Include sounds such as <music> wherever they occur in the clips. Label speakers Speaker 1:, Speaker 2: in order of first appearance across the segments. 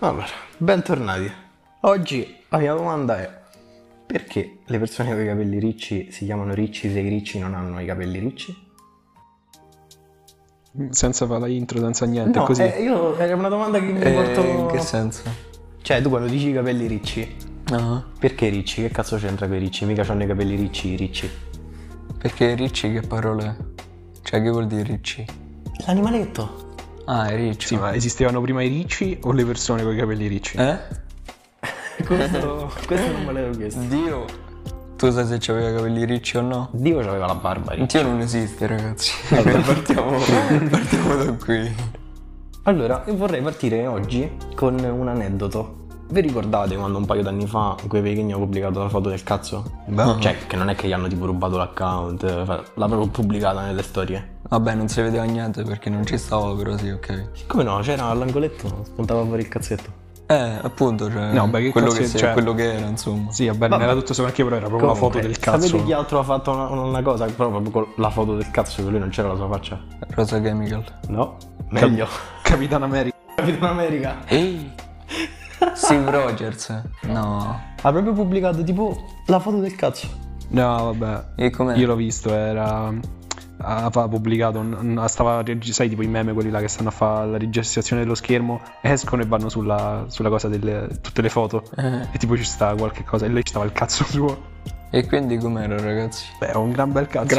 Speaker 1: Allora, bentornati. Oggi la mia domanda è perché le persone con i capelli ricci si chiamano ricci se i ricci non hanno i capelli ricci?
Speaker 2: Senza fare la intro, senza niente,
Speaker 1: no,
Speaker 2: così.
Speaker 1: eh, io, era una domanda Eh, che mi porto...
Speaker 3: Eh, in che senso?
Speaker 1: Cioè, tu quando dici i capelli ricci,
Speaker 3: No,
Speaker 1: perché ricci? Che cazzo c'entra con i ricci? Mica hanno i capelli ricci, i ricci.
Speaker 3: perché ricci che parola è? Cioè che vuol dire ricci?
Speaker 1: L'animaletto.
Speaker 3: Ah, è riccio.
Speaker 2: Sì, ma esistevano prima i ricci o le persone con i capelli ricci?
Speaker 3: Eh?
Speaker 1: Questo, questo non me l'avevo chiesto.
Speaker 3: Dio! Tu sai se c'aveva i capelli ricci o no?
Speaker 1: Dio c'aveva la barba ricca.
Speaker 3: Dio non esiste, <laughs> ragazzi. Quindi partiamo, partiamo da qui.
Speaker 1: Allora, io vorrei partire oggi con un aneddoto. Vi ricordate quando un paio d'anni fa quei Pechini ha pubblicato la foto del cazzo?
Speaker 3: Beh.
Speaker 1: Cioè, che non è che gli hanno tipo rubato l'account, eh, fa- l'ha proprio pubblicata nelle storie.
Speaker 3: Vabbè, non si vedeva niente perché non ci stavo, però sì, ok.
Speaker 1: Come no? C'era all'angoletto, spuntava fuori il cazzetto.
Speaker 3: Eh, appunto, cioè,
Speaker 2: No, beh, che
Speaker 3: quello,
Speaker 2: cazzo
Speaker 3: che
Speaker 2: è-
Speaker 3: si-
Speaker 2: cioè-
Speaker 3: quello che era, insomma.
Speaker 2: Sì, vabbè, non era tutto solo anche, però era proprio una foto
Speaker 1: Comunque,
Speaker 2: del cazzo.
Speaker 1: Sapete chi altro ha fatto una, una cosa? Però proprio con la foto del cazzo, che lui non c'era la sua faccia.
Speaker 3: Rosa Chemical.
Speaker 1: No? Meglio.
Speaker 2: Capitan America.
Speaker 1: Capitano America.
Speaker 3: Ehi! Steve Rogers. No.
Speaker 1: Ha proprio pubblicato tipo la foto del cazzo.
Speaker 2: No, vabbè.
Speaker 3: E com'è?
Speaker 2: Io l'ho visto, era. Aveva pubblicato, un- un- stava, reg- sai tipo i meme quelli là che stanno a fare la registrazione dello schermo, escono e vanno sulla, sulla cosa delle tutte le foto
Speaker 3: Eh.
Speaker 2: e tipo ci sta qualche cosa e lei ci stava il cazzo suo.
Speaker 3: E quindi com'era, ragazzi?
Speaker 2: Beh, ho un gran bel cazzo.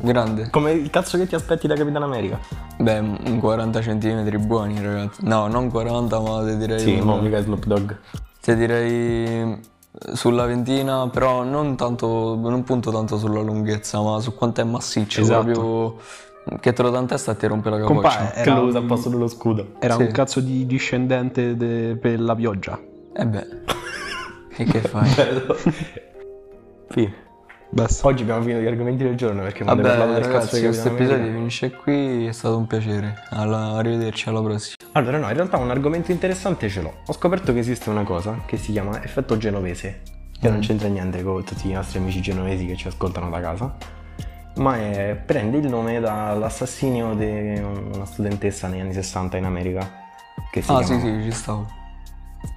Speaker 3: Grande.
Speaker 1: Come il cazzo che ti aspetti da Capitano America.
Speaker 3: Beh, un 40 cm buoni, ragazzi. No, non 40, ma ti direi.
Speaker 1: Sì,
Speaker 3: un-
Speaker 1: mo mica Snoop Dogg.
Speaker 3: Ti direi sulla ventina, però non tanto. Non punto tanto sulla lunghezza, ma su quanto è massiccio.
Speaker 2: Esatto.
Speaker 3: Proprio che te lo dà in testa e ti rompe la capoccia.
Speaker 2: Compa,
Speaker 3: E
Speaker 2: era,
Speaker 1: usa al posto dello
Speaker 3: <laughs>
Speaker 1: scudo.
Speaker 2: era
Speaker 3: Sì.
Speaker 2: un cazzo di discendente de- per la pioggia.
Speaker 3: Eh beh. E che
Speaker 2: <laughs>
Speaker 3: fai?
Speaker 1: Fine.
Speaker 2: Basta.
Speaker 1: Oggi abbiamo finito gli argomenti del giorno perché non abbiamo parlato
Speaker 3: Vabbè,
Speaker 1: del cazzo
Speaker 3: ragazzi,
Speaker 1: di
Speaker 3: questo
Speaker 1: Capitano
Speaker 3: episodio
Speaker 1: America.
Speaker 3: finisce qui. È stato un piacere. Alla- arrivederci, alla prossima.
Speaker 1: Allora no, in realtà un argomento interessante ce l'ho. Ho scoperto che esiste una cosa che si chiama effetto genovese, che
Speaker 3: Mm.
Speaker 1: non c'entra niente con tutti i nostri amici genovesi che ci ascoltano da casa, ma è- prende il nome dall'assassinio di una studentessa negli anni 60 in America, che si,
Speaker 3: Ah, sì,
Speaker 1: chiamava,
Speaker 3: sì, ci stavo.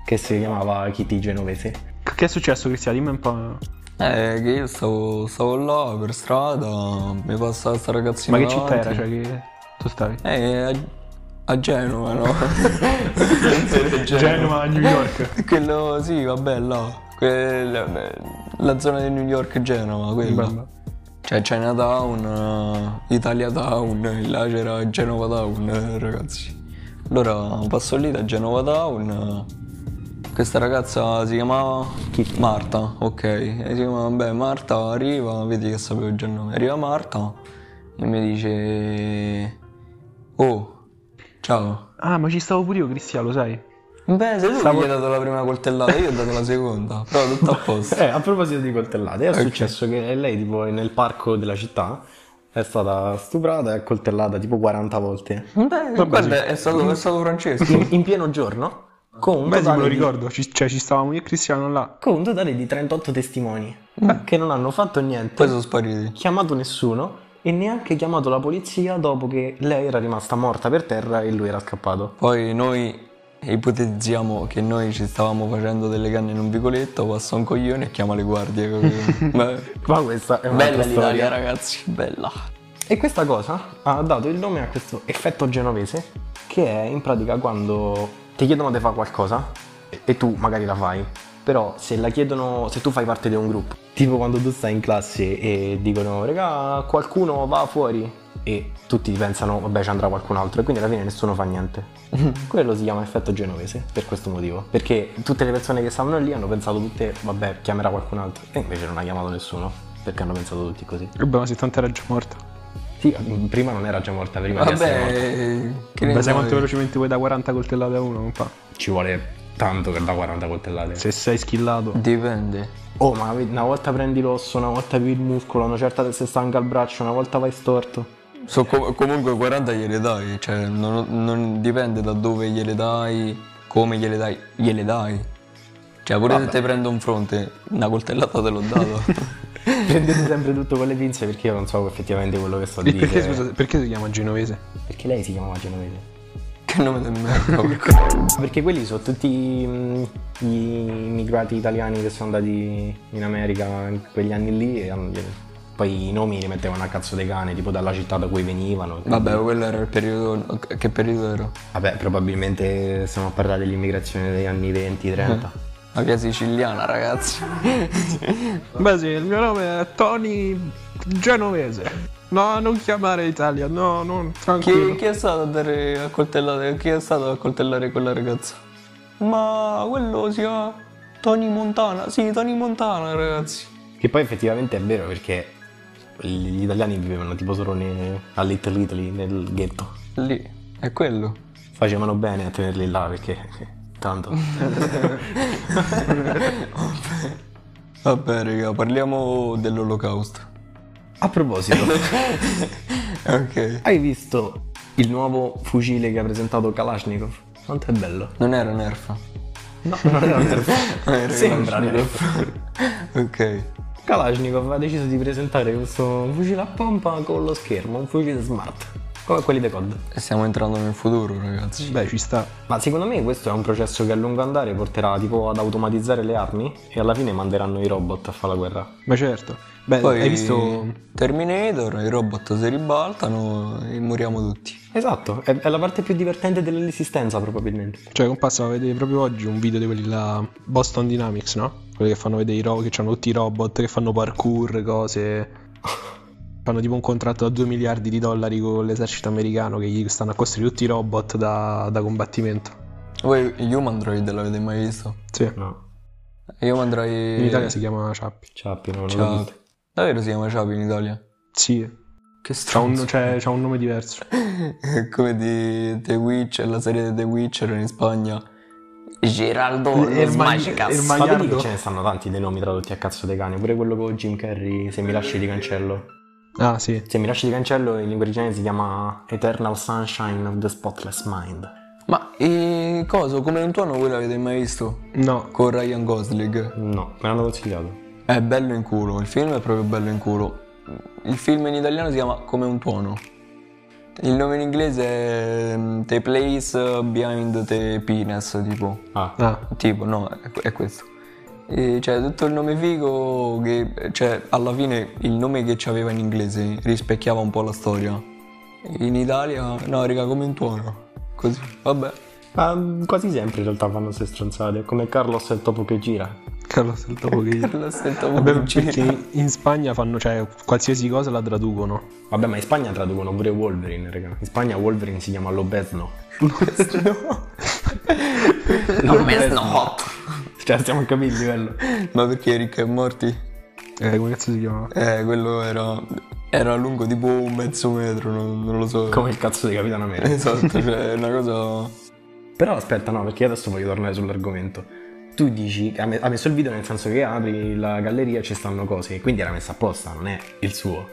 Speaker 1: che si chiamava Kitty Genovese.
Speaker 2: Che è successo, Cristiano? Dimmi un po'.
Speaker 3: Eh, che io stavo, stavo là per strada, mi passa sta ragazzina
Speaker 2: Ma che città
Speaker 3: davanti.
Speaker 2: era? Cioè, che tu stavi?
Speaker 3: Eh, a, a Genova, no? Genova.
Speaker 2: Cioè, New York.
Speaker 3: Quello, sì, vabbè, là. Quel- la zona di New York, Genova, quella.
Speaker 2: Bello.
Speaker 3: Cioè Chinatown, eh, Italia Town, eh, là c'era Genova Town, eh, ragazzi. Allora passo lì da Genova Town. eh, Questa ragazza si chiamava Marta, ok. E si chiama, beh, Marta arriva, vedi che sapevo già il nome. Arriva Marta e mi dice... Oh, ciao.
Speaker 2: Ah, ma ci stavo pure io, Cristiano, lo sai?
Speaker 3: Beh, se tu mi hai dato la prima coltellata, io ho dato la seconda, però tutto a posto.
Speaker 1: Eh, a proposito di coltellate, è
Speaker 3: Ok.
Speaker 1: successo che lei, tipo, nel parco della città è stata stuprata e coltellata tipo 40 volte.
Speaker 3: Beh, guarda, è stato, è stato Francesco.
Speaker 1: In, in pieno giorno, con un,
Speaker 2: Beh, sì, me
Speaker 1: totale
Speaker 2: lo
Speaker 1: di,
Speaker 2: ricordo. Ci, cioè, ci stavamo io e Cristiano là.
Speaker 1: con un totale di 38 testimoni
Speaker 2: Mm.
Speaker 1: che non hanno fatto niente,
Speaker 3: Poi sono spariti.
Speaker 1: chiamato nessuno e neanche chiamato la polizia dopo che lei era rimasta morta per terra e lui era scappato.
Speaker 3: Poi noi ipotizziamo che noi ci stavamo facendo delle canne in un vicoletto, passa un coglione e chiama
Speaker 1: <laughs>
Speaker 3: le guardie. capito? Beh,
Speaker 1: Ma questa è un'altra
Speaker 3: bella
Speaker 1: storia.
Speaker 3: l'Italia, ragazzi, bella.
Speaker 1: E questa cosa ha dato il nome a questo effetto genovese, che è in pratica quando ti chiedono di fare qualcosa e- e tu magari la fai, però se la chiedono, se tu fai parte di un gruppo, tipo quando tu stai in classe e dicono, regà, qualcuno va fuori e tutti pensano, vabbè, ci andrà qualcun altro e quindi alla fine nessuno fa niente. Quello si chiama effetto genovese per questo motivo, perché tutte le persone che stavano lì hanno pensato tutte, vabbè, chiamerà qualcun altro e invece non ha chiamato nessuno, perché hanno pensato tutti così.
Speaker 2: Vabbè, ma se tanto era già morto.
Speaker 1: Sì, prima non era già morta, prima di essere morta.
Speaker 3: Vabbè, che ne
Speaker 2: Beh, sai
Speaker 3: sai?
Speaker 2: quanto velocemente vuoi da 40 coltellate a uno, compa?
Speaker 1: Ci vuole tanto per da 40 coltellate.
Speaker 2: Se sei schillato.
Speaker 3: Dipende.
Speaker 1: Oh, ma vedi, una volta prendi l'osso, una volta più il muscolo, una certa se stanca il braccio, una volta vai
Speaker 3: <laughs>
Speaker 1: storto.
Speaker 3: So, com- comunque 40 gliele dai, cioè non, non dipende da dove gliele dai, come gliele dai, gliele dai. Cioè pure se ti prendo un fronte, una coltellata te l'ho dato.
Speaker 1: <laughs> Prendete sempre tutto con le pinze perché io non so effettivamente quello che sto
Speaker 2: E perché,
Speaker 1: dicendo.
Speaker 2: scusa, perché si chiama genovese?
Speaker 1: Perché lei si chiamava Genovese.
Speaker 3: Che nome del merda. porco.
Speaker 1: Perché quelli sono tutti mh, gli immigrati italiani che sono andati in America in quegli anni lì e hanno- poi i nomi li mettevano a cazzo dei cane, tipo dalla città da cui venivano.
Speaker 3: Vabbè, quello era il periodo. Che periodo era?
Speaker 1: Vabbè, probabilmente stiamo a parlare dell'immigrazione degli anni 20-30.
Speaker 3: La via
Speaker 2: <laughs>
Speaker 3: siciliana, ragazzi.
Speaker 2: Beh sì, il mio nome è Tony Genovese. No, non chiamare Italia, no, non,
Speaker 3: Chi,
Speaker 2: tranquillo.
Speaker 3: chi è stato a dare a coltellare? Chi è stato a coltellare quella ragazza? Ma quello si chiama Tony Montana. Sì, Tony Montana, ragazzi.
Speaker 1: <laughs> Che poi effettivamente è vero perché gli italiani vivevano tipo solo ne- a Little Italy, nel ghetto.
Speaker 3: Lì, è quello.
Speaker 1: Facevano bene a tenerli là perché <laughs> tanto...
Speaker 3: Vabbè, raga, parliamo dell'olocausto.
Speaker 1: A <laughs> proposito,
Speaker 3: Ok.
Speaker 1: hai visto il nuovo fucile che ha presentato Kalashnikov? Quanto è bello. <laughs>
Speaker 3: Non era Nerfa.
Speaker 1: No, non <laughs> era
Speaker 3: Era
Speaker 1: Sembra
Speaker 3: <laughs> ok.
Speaker 1: Kalashnikov ha deciso di presentare questo fucile a pompa con lo schermo, un fucile smart, come quelli dei COD.
Speaker 3: Stiamo entrando nel futuro, ragazzi.
Speaker 2: Beh, ci sta.
Speaker 1: Ma secondo me questo è un processo che a lungo andare porterà tipo ad automatizzare le armi e alla fine manderanno i robot a fare la guerra.
Speaker 2: Ma certo. Beh,
Speaker 3: Poi
Speaker 2: hai visto...
Speaker 3: Terminator, i robot si ribaltano e moriamo tutti.
Speaker 1: Esatto, è, è la parte più divertente dell'esistenza probabilmente.
Speaker 2: Cioè, compassa, ma vedere proprio oggi un video di quelli là... Boston Dynamics, no? Quelli che fanno vedere i robot, che hanno tutti i robot, che fanno parkour, cose... <laughs> Fanno tipo un contratto da 2 miliardi di dollari con l'esercito americano che gli stanno a costruire tutti i robot da, da combattimento.
Speaker 3: Voi Human Droid l'avete mai visto?
Speaker 2: Sì.
Speaker 1: No,
Speaker 3: Human
Speaker 2: In Italia
Speaker 3: Droid...
Speaker 2: si chiama Ciappi.
Speaker 1: ciappi, non lo
Speaker 3: Ciao. Davvero si chiama Chapi in Italia?
Speaker 2: Sì.
Speaker 3: Che
Speaker 2: C'ha un, <laughs> cioè, c'ha un nome diverso.
Speaker 3: È <laughs> come di The Witcher, la serie di The Witcher in Spagna. Geraldo
Speaker 2: Il- il
Speaker 3: lo
Speaker 2: mag-
Speaker 3: smagicas.
Speaker 2: il
Speaker 1: Ma
Speaker 2: Magliardo.
Speaker 1: vedi che ce ne stanno tanti dei nomi tradotti a cazzo dei cani, pure quello con Jim Carrey, se mi lasci di cancello.
Speaker 2: Ah, sì.
Speaker 1: Se mi lasci di cancello in lingua originale si chiama Eternal Sunshine of the Spotless Mind.
Speaker 3: Ma e cosa? Come un tuono voi l'avete mai visto?
Speaker 2: No.
Speaker 3: Con Ryan Gosling.
Speaker 1: No, me l'hanno consigliato.
Speaker 3: È bello in culo, il film è proprio bello in culo. Il film in italiano si chiama Come un tuono. Il nome in inglese è mm, The Place Behind the Penis, tipo.
Speaker 1: Ah,
Speaker 2: Ah,
Speaker 3: Tipo, no, è, que- è questo. E cioè, tutto il nome figo che, cioè, alla fine il nome che c'aveva in inglese rispecchiava un po' la storia. In Italia, no, raga, come un tuono. Così, vabbè.
Speaker 1: ma Ah, quasi sempre in realtà fanno queste stronzate, come Carlos è il topo che gira.
Speaker 2: Carlos il topo che gira.
Speaker 3: La sento
Speaker 2: Vabbè,
Speaker 3: un <laughs>
Speaker 2: perché in Spagna fanno, cioè, qualsiasi cosa la traducono.
Speaker 1: Vabbè, ma in Spagna traducono pure Wolverine, raga. In Spagna Wolverine si chiama Lobezno.
Speaker 3: Non me snot.
Speaker 1: <laughs> Cioè, stiamo a capire il livello.
Speaker 3: Ma perché Ricca e Morti?
Speaker 2: Eh, come cazzo si chiama?
Speaker 3: Eh, quello era, era lungo tipo un mezzo metro, non, non lo so.
Speaker 1: Come il cazzo di Capitano America.
Speaker 3: Esatto, cioè, è una cosa...
Speaker 1: Però aspetta, no, perché io adesso voglio tornare sull'argomento. Tu dici, ha me- ha messo il video nel senso che apri la galleria e ci stanno cose, quindi era messa apposta, non è il suo. O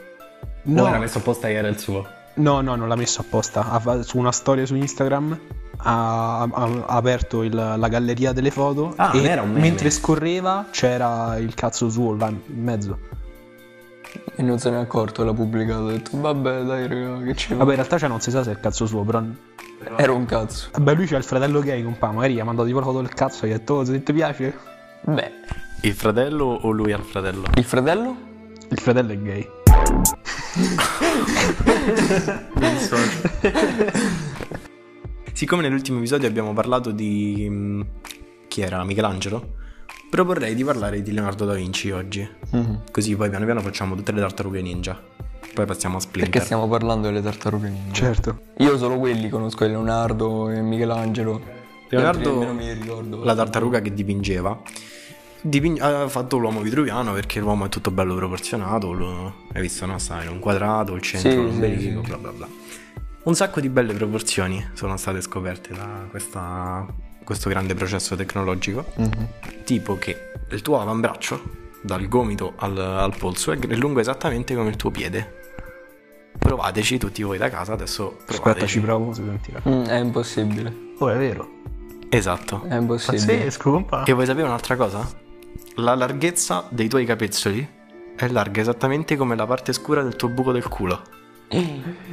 Speaker 1: era
Speaker 2: No,
Speaker 1: messo apposta che era il suo.
Speaker 2: no, no, non l'ha messo apposta. Ha fa- su una storia su Instagram ha, ha- ha aperto il- la galleria delle foto
Speaker 1: Ah,
Speaker 2: e
Speaker 1: non era un meme.
Speaker 2: mentre scorreva c'era il cazzo suo là in mezzo.
Speaker 3: E non se n'è accorto, l'ha pubblicato, ha detto, vabbè, dai, raga, che ci
Speaker 2: Vabbè, in realtà cioè, non si sa se è il cazzo suo, però...
Speaker 3: Era un cazzo.
Speaker 2: Beh, lui c'ha il fratello gay, compà, magari gli ha mandato tipo la foto del cazzo e gli ha detto, "Oh, se ti piace...
Speaker 3: Beh,
Speaker 1: Il fratello o lui al fratello?
Speaker 3: il fratello?
Speaker 2: Il fratello è gay.
Speaker 1: Siccome nell'ultimo episodio abbiamo parlato di... mm, chi era? Michelangelo? Proporrei di parlare di Leonardo da Vinci oggi. Così poi piano piano facciamo tutte le tartarughe ninja. Poi passiamo a Splinter. Cioè-
Speaker 3: Perché stiamo parlando delle tartarughe ninja?
Speaker 2: Certo.
Speaker 3: Io solo quelli conosco, Leonardo e Michelangelo.
Speaker 1: Leonardo-
Speaker 3: Non mi ricordo.
Speaker 1: la tartaruga che dipingeva. diping- ha fatto l'uomo vitruviano perché l'uomo è tutto bello proporzionato. lo- hai visto, no? Sta in un quadrato, il centro,
Speaker 3: Sì,
Speaker 1: l'ombelico,
Speaker 3: sì, sì.
Speaker 1: bla bla bla. Un sacco di belle proporzioni sono state scoperte da questa- questo grande processo tecnologico.
Speaker 3: Mhm.
Speaker 1: Tipo che il tuo avambraccio, dal gomito al, al polso, è lungo esattamente come il tuo piede. Provateci tutti voi da casa, adesso
Speaker 2: Aspetta,
Speaker 1: provateci.
Speaker 2: ci provo, si sentirà.
Speaker 3: Mm, è impossibile.
Speaker 2: Oh, è vero.
Speaker 1: Esatto.
Speaker 3: È impossibile.
Speaker 2: Pazzesco, compà.
Speaker 1: E vuoi sapere un'altra cosa? La larghezza dei tuoi capezzoli è <laughs> larga esattamente come la parte scura del tuo buco del culo.
Speaker 3: <laughs>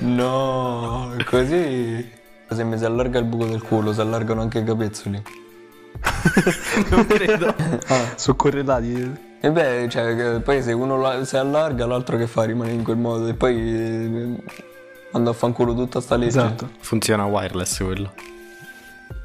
Speaker 3: No, così. Se mi si allarga il buco del culo, si allargano anche i capezzoli.
Speaker 2: non credo. Sono correlati.
Speaker 3: E beh, cioè, che poi se uno la- si allarga, l'altro che fa? Rimane in quel modo e poi eh, manda a fanculo tutta sta legge.
Speaker 2: Esatto.
Speaker 1: Funziona wireless quello.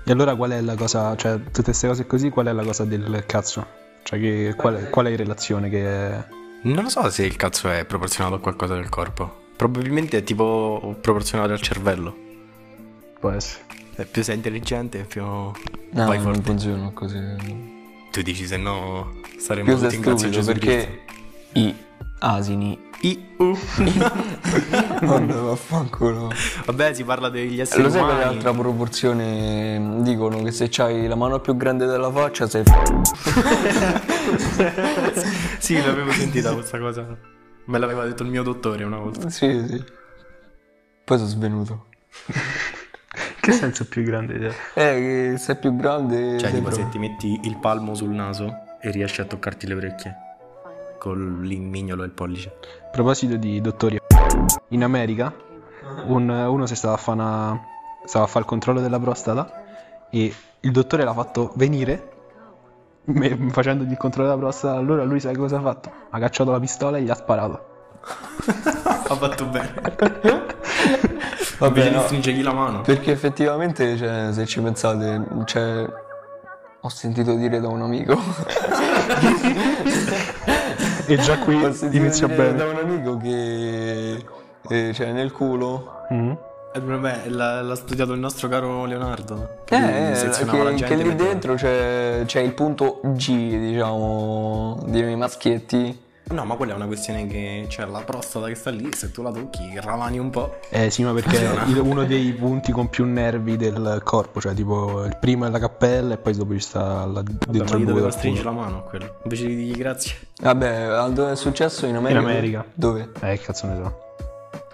Speaker 2: E allora qual è la cosa, cioè tutte queste cose così, qual è la cosa del cazzo? Cioè che, qual, è, qual è in relazione che...
Speaker 1: Non lo so se il cazzo è proporzionato a qualcosa del corpo. Probabilmente è tipo proporzionato al cervello.
Speaker 2: Può essere.
Speaker 1: Eh, più sei intelligente, più
Speaker 3: No,
Speaker 1: vai
Speaker 3: non
Speaker 1: forte.
Speaker 3: funziona così.
Speaker 1: Tu dici se no saremmo
Speaker 3: Più sei
Speaker 1: tutti in grazia
Speaker 3: stupido
Speaker 1: Gesù
Speaker 3: perché i asini.
Speaker 1: Cristo. I, u. <laughs>
Speaker 3: <laughs> Madonna, vaffanculo.
Speaker 1: Vabbè, si parla degli esseri
Speaker 3: Lo sai
Speaker 1: umani.
Speaker 3: quale altra proporzione? mm, Dicono che se c'hai la mano più grande della faccia sei.
Speaker 1: Sì, l'avevo sentita questa cosa. Me l'aveva detto il mio dottore una volta.
Speaker 3: Sì, sì. Poi sono svenuto.
Speaker 2: Che senso più grande idea?
Speaker 3: Eh, che sei più grande.
Speaker 1: Cioè,
Speaker 3: sei
Speaker 1: tipo,
Speaker 3: proprio-
Speaker 1: se ti metti il palmo sul naso e riesci a toccarti le orecchie con l'immignolo e il pollice.
Speaker 2: A proposito di dottori, in America un- uno si stava a fare una- stava a fare il controllo della prostata e il dottore l'ha fatto venire me- facendogli il controllo della prostata, allora lui sai cosa ha fatto? Ha cacciato la pistola e gli ha sparato.
Speaker 1: Ha fatto <laughs> bene.
Speaker 3: Vabbè,
Speaker 1: Invece di
Speaker 3: no,
Speaker 1: stringergli la mano.
Speaker 3: Perché effettivamente, cioè, se ci pensate, cioè, ho sentito dire da un amico. <laughs>
Speaker 2: E già qui
Speaker 3: ho sentito
Speaker 2: inizia
Speaker 3: dire
Speaker 2: bene.
Speaker 3: da un amico che. eh, cioè, nel culo.
Speaker 2: Mm.
Speaker 1: Eh, Vabbè, l'ha, l'ha studiato il nostro caro Leonardo.
Speaker 3: Eh,
Speaker 1: Lui
Speaker 3: che,
Speaker 1: sezionava la gente
Speaker 3: che lì
Speaker 1: metteva-
Speaker 3: dentro c'è, c'è il punto G, diciamo, dei maschietti.
Speaker 1: No, ma quella è una questione che c'è la prostata che sta lì, se tu la tocchi, ravani un po'.
Speaker 2: Eh sì, ma perché è il- uno dei punti con più nervi del corpo, cioè tipo il primo è la cappella e poi dopo ci sta la,
Speaker 1: Vabbè, ma
Speaker 2: dentro
Speaker 1: gli
Speaker 2: il buco
Speaker 1: doveva
Speaker 2: del
Speaker 1: stringere
Speaker 2: culo.
Speaker 1: la mano a quello. Invece di dirgli grazie.
Speaker 3: Vabbè, a- dove è successo in America?
Speaker 2: In America.
Speaker 3: Dove?
Speaker 2: Eh, che cazzo ne so.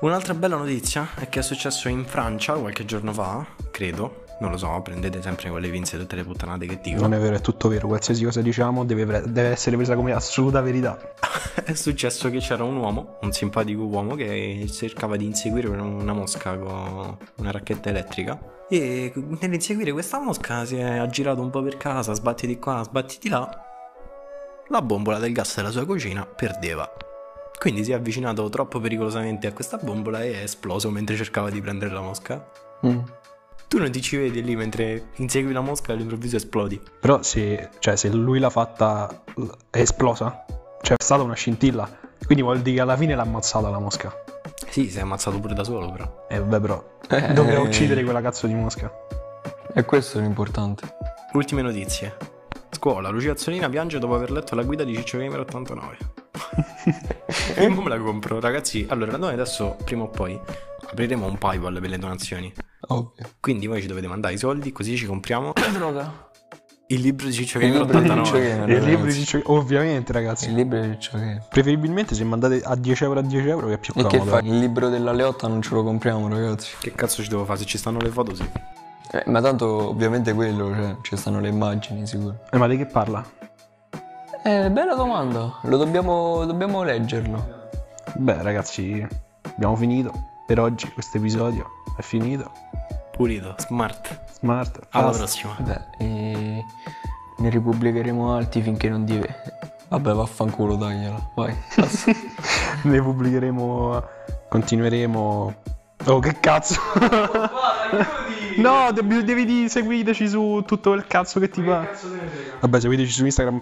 Speaker 1: Un'altra bella notizia è che è successo in Francia qualche giorno fa, credo. Non lo so, prendete sempre con le pinze tutte le puttanate che dico.
Speaker 2: Non è vero, è tutto vero, qualsiasi cosa diciamo deve, pre- deve essere presa come assoluta verità.
Speaker 1: <laughs> È successo che c'era un uomo, un simpatico uomo, che cercava di inseguire una mosca con una racchetta elettrica. E nell'inseguire questa mosca si è aggirato un po' per casa, sbatti di qua, sbatti di là. La bombola del gas della sua cucina perdeva. Quindi si è avvicinato troppo pericolosamente a questa bombola e è esploso mentre cercava di prendere la mosca.
Speaker 3: Mm.
Speaker 1: Tu non ti ci vedi lì mentre insegui la mosca e all'improvviso esplodi.
Speaker 2: Però se, cioè, se lui l'ha fatta l- è esplosa, cioè è stata una scintilla, quindi vuol dire che alla fine l'ha ammazzata la mosca.
Speaker 1: Sì, si è ammazzato pure da solo però.
Speaker 2: E vabbè però, <laughs>
Speaker 3: Eh.
Speaker 2: doveva uccidere quella cazzo di mosca.
Speaker 3: E questo è l'importante.
Speaker 1: Ultime notizie. Scuola, Lucia Azzolina piange dopo aver letto la guida di Ciccio Gamer
Speaker 3: <laughs>
Speaker 1: 89. e mo me la compro, ragazzi. Allora, noi adesso, prima o poi, apriremo un Paypal per le donazioni.
Speaker 3: Ovvio.
Speaker 1: Quindi voi ci dovete mandare i soldi, così ci compriamo
Speaker 3: Droga.
Speaker 1: il libro di Ciccio
Speaker 3: Il
Speaker 1: Gamer
Speaker 3: libro di Ciccio
Speaker 1: 89.
Speaker 3: Gamer.
Speaker 2: E il libro di
Speaker 3: Eh, ragazzi. Eh.
Speaker 2: Ciccio- Ovviamente ragazzi,
Speaker 3: Il libro di Ciccio Gamer.
Speaker 2: preferibilmente se mandate a 10 euro a 10 euro che è più
Speaker 3: E
Speaker 2: comodo.
Speaker 3: che fai? Il libro della Leotta non ce lo compriamo, ragazzi.
Speaker 1: Che cazzo ci devo fare? Se ci stanno le foto, sì.
Speaker 3: Eh, ma tanto ovviamente quello, cioè, ci stanno le immagini, sicuro.
Speaker 2: Eh, ma di che parla?
Speaker 3: Eh, bella domanda. Lo dobbiamo, dobbiamo leggerlo.
Speaker 2: Beh, ragazzi, abbiamo finito per oggi. Questo episodio è finito.
Speaker 1: Pulito, smart.
Speaker 2: Smart,
Speaker 1: Alla
Speaker 2: fast.
Speaker 1: prossima.
Speaker 3: Beh, e ne ripubblicheremo altri finché non di... Vabbè, vaffanculo, tagliala. Vai.
Speaker 2: <laughs> ne pubblicheremo. Continueremo. Oh, che cazzo! <laughs> no, devi, devi di- seguiteci su tutto quel cazzo che ti va. Vabbè, seguiteci su Instagram.